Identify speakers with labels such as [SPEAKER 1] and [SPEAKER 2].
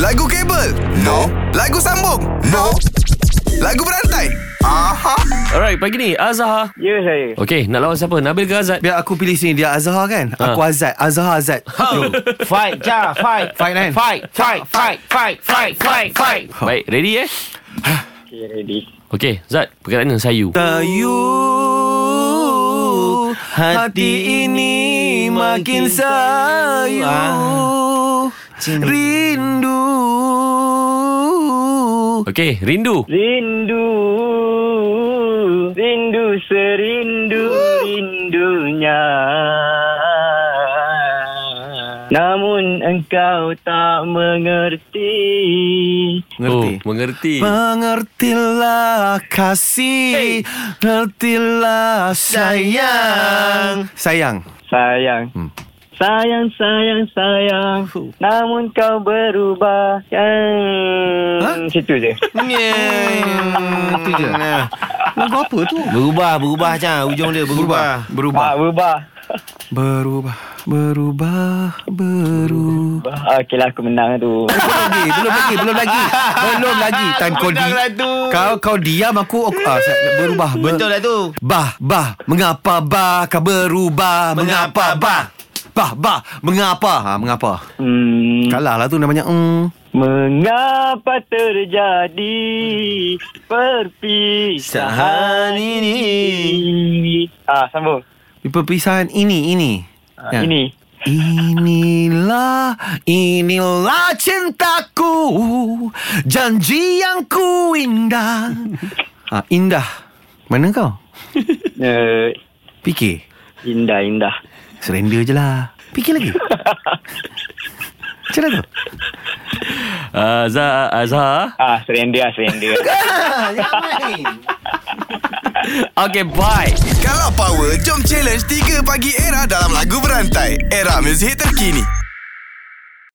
[SPEAKER 1] Lagu kabel? No. Lagu sambung? No. Lagu berantai? Aha.
[SPEAKER 2] Alright, pagi ni Azhar.
[SPEAKER 3] Ya saya
[SPEAKER 2] Okey, nak lawan siapa? Nabil ke Azad?
[SPEAKER 4] Biar aku pilih sini Dia Azhar kan
[SPEAKER 2] Ha.
[SPEAKER 4] Aku Azad Azhar Azad
[SPEAKER 5] Fight, ja, fight.
[SPEAKER 4] Fight, kan?
[SPEAKER 5] Fight, fight, fight, fight, fight, fight, fight.
[SPEAKER 2] Baik, ready eh?
[SPEAKER 3] Okay ready
[SPEAKER 2] Okey, Zat, perkataan sayu.
[SPEAKER 4] Tayu Hati ini makin sayu
[SPEAKER 5] Ah.
[SPEAKER 4] Rindu
[SPEAKER 2] Okey, rindu.
[SPEAKER 3] Rindu Rindu serindu rindunya Namun engkau tak mengerti
[SPEAKER 4] Mengerti
[SPEAKER 2] Oh, mengerti.
[SPEAKER 4] Mengertilah kasih Mengertilah sayang Sayang
[SPEAKER 3] Sayang Sayang, sayang, sayang Namun kau berubah Yang Situ je
[SPEAKER 4] Yeah Itu je Lagu apa tu?
[SPEAKER 5] Berubah, berubah, ja. Ujung dia berubah.
[SPEAKER 4] Berubah
[SPEAKER 3] Ah, berubah
[SPEAKER 4] Berubah Berubah Berubah
[SPEAKER 3] Ah, Okey lah aku menang tu
[SPEAKER 4] Belum lagi Belum lagi Belum lagi Belum lagi Tan kau di
[SPEAKER 5] Menang lah tu.
[SPEAKER 4] Kau kau diam aku aku ah, saya- Berubah ber,
[SPEAKER 5] Betul lah tu.
[SPEAKER 4] Bah bah Mengapa bah Kau berubah Mengapa bah Bah bah Mengapa ha, Mengapa
[SPEAKER 3] hmm.
[SPEAKER 4] Kalah lah tu namanya mm.
[SPEAKER 3] Mengapa terjadi perpisahan ini? Ah, sambung.
[SPEAKER 4] Di Perpisahan ini Ini
[SPEAKER 3] Ah,
[SPEAKER 4] Ya.
[SPEAKER 3] Ini.
[SPEAKER 4] Inilah Inilah cintaku Janji yang ku indah ha, Indah Mana kau?
[SPEAKER 3] Uh,
[SPEAKER 4] Fikir
[SPEAKER 3] indah, indah.
[SPEAKER 4] Surrender je lah Fikir lagi Macam mana tu?
[SPEAKER 2] Azhar, Azhar.
[SPEAKER 3] Ah, surrender lah, surrender.
[SPEAKER 2] Okey, bye.
[SPEAKER 1] Kalau power, jom challenge 3 pagi era dalam lagu berantai. Era muzik terkini.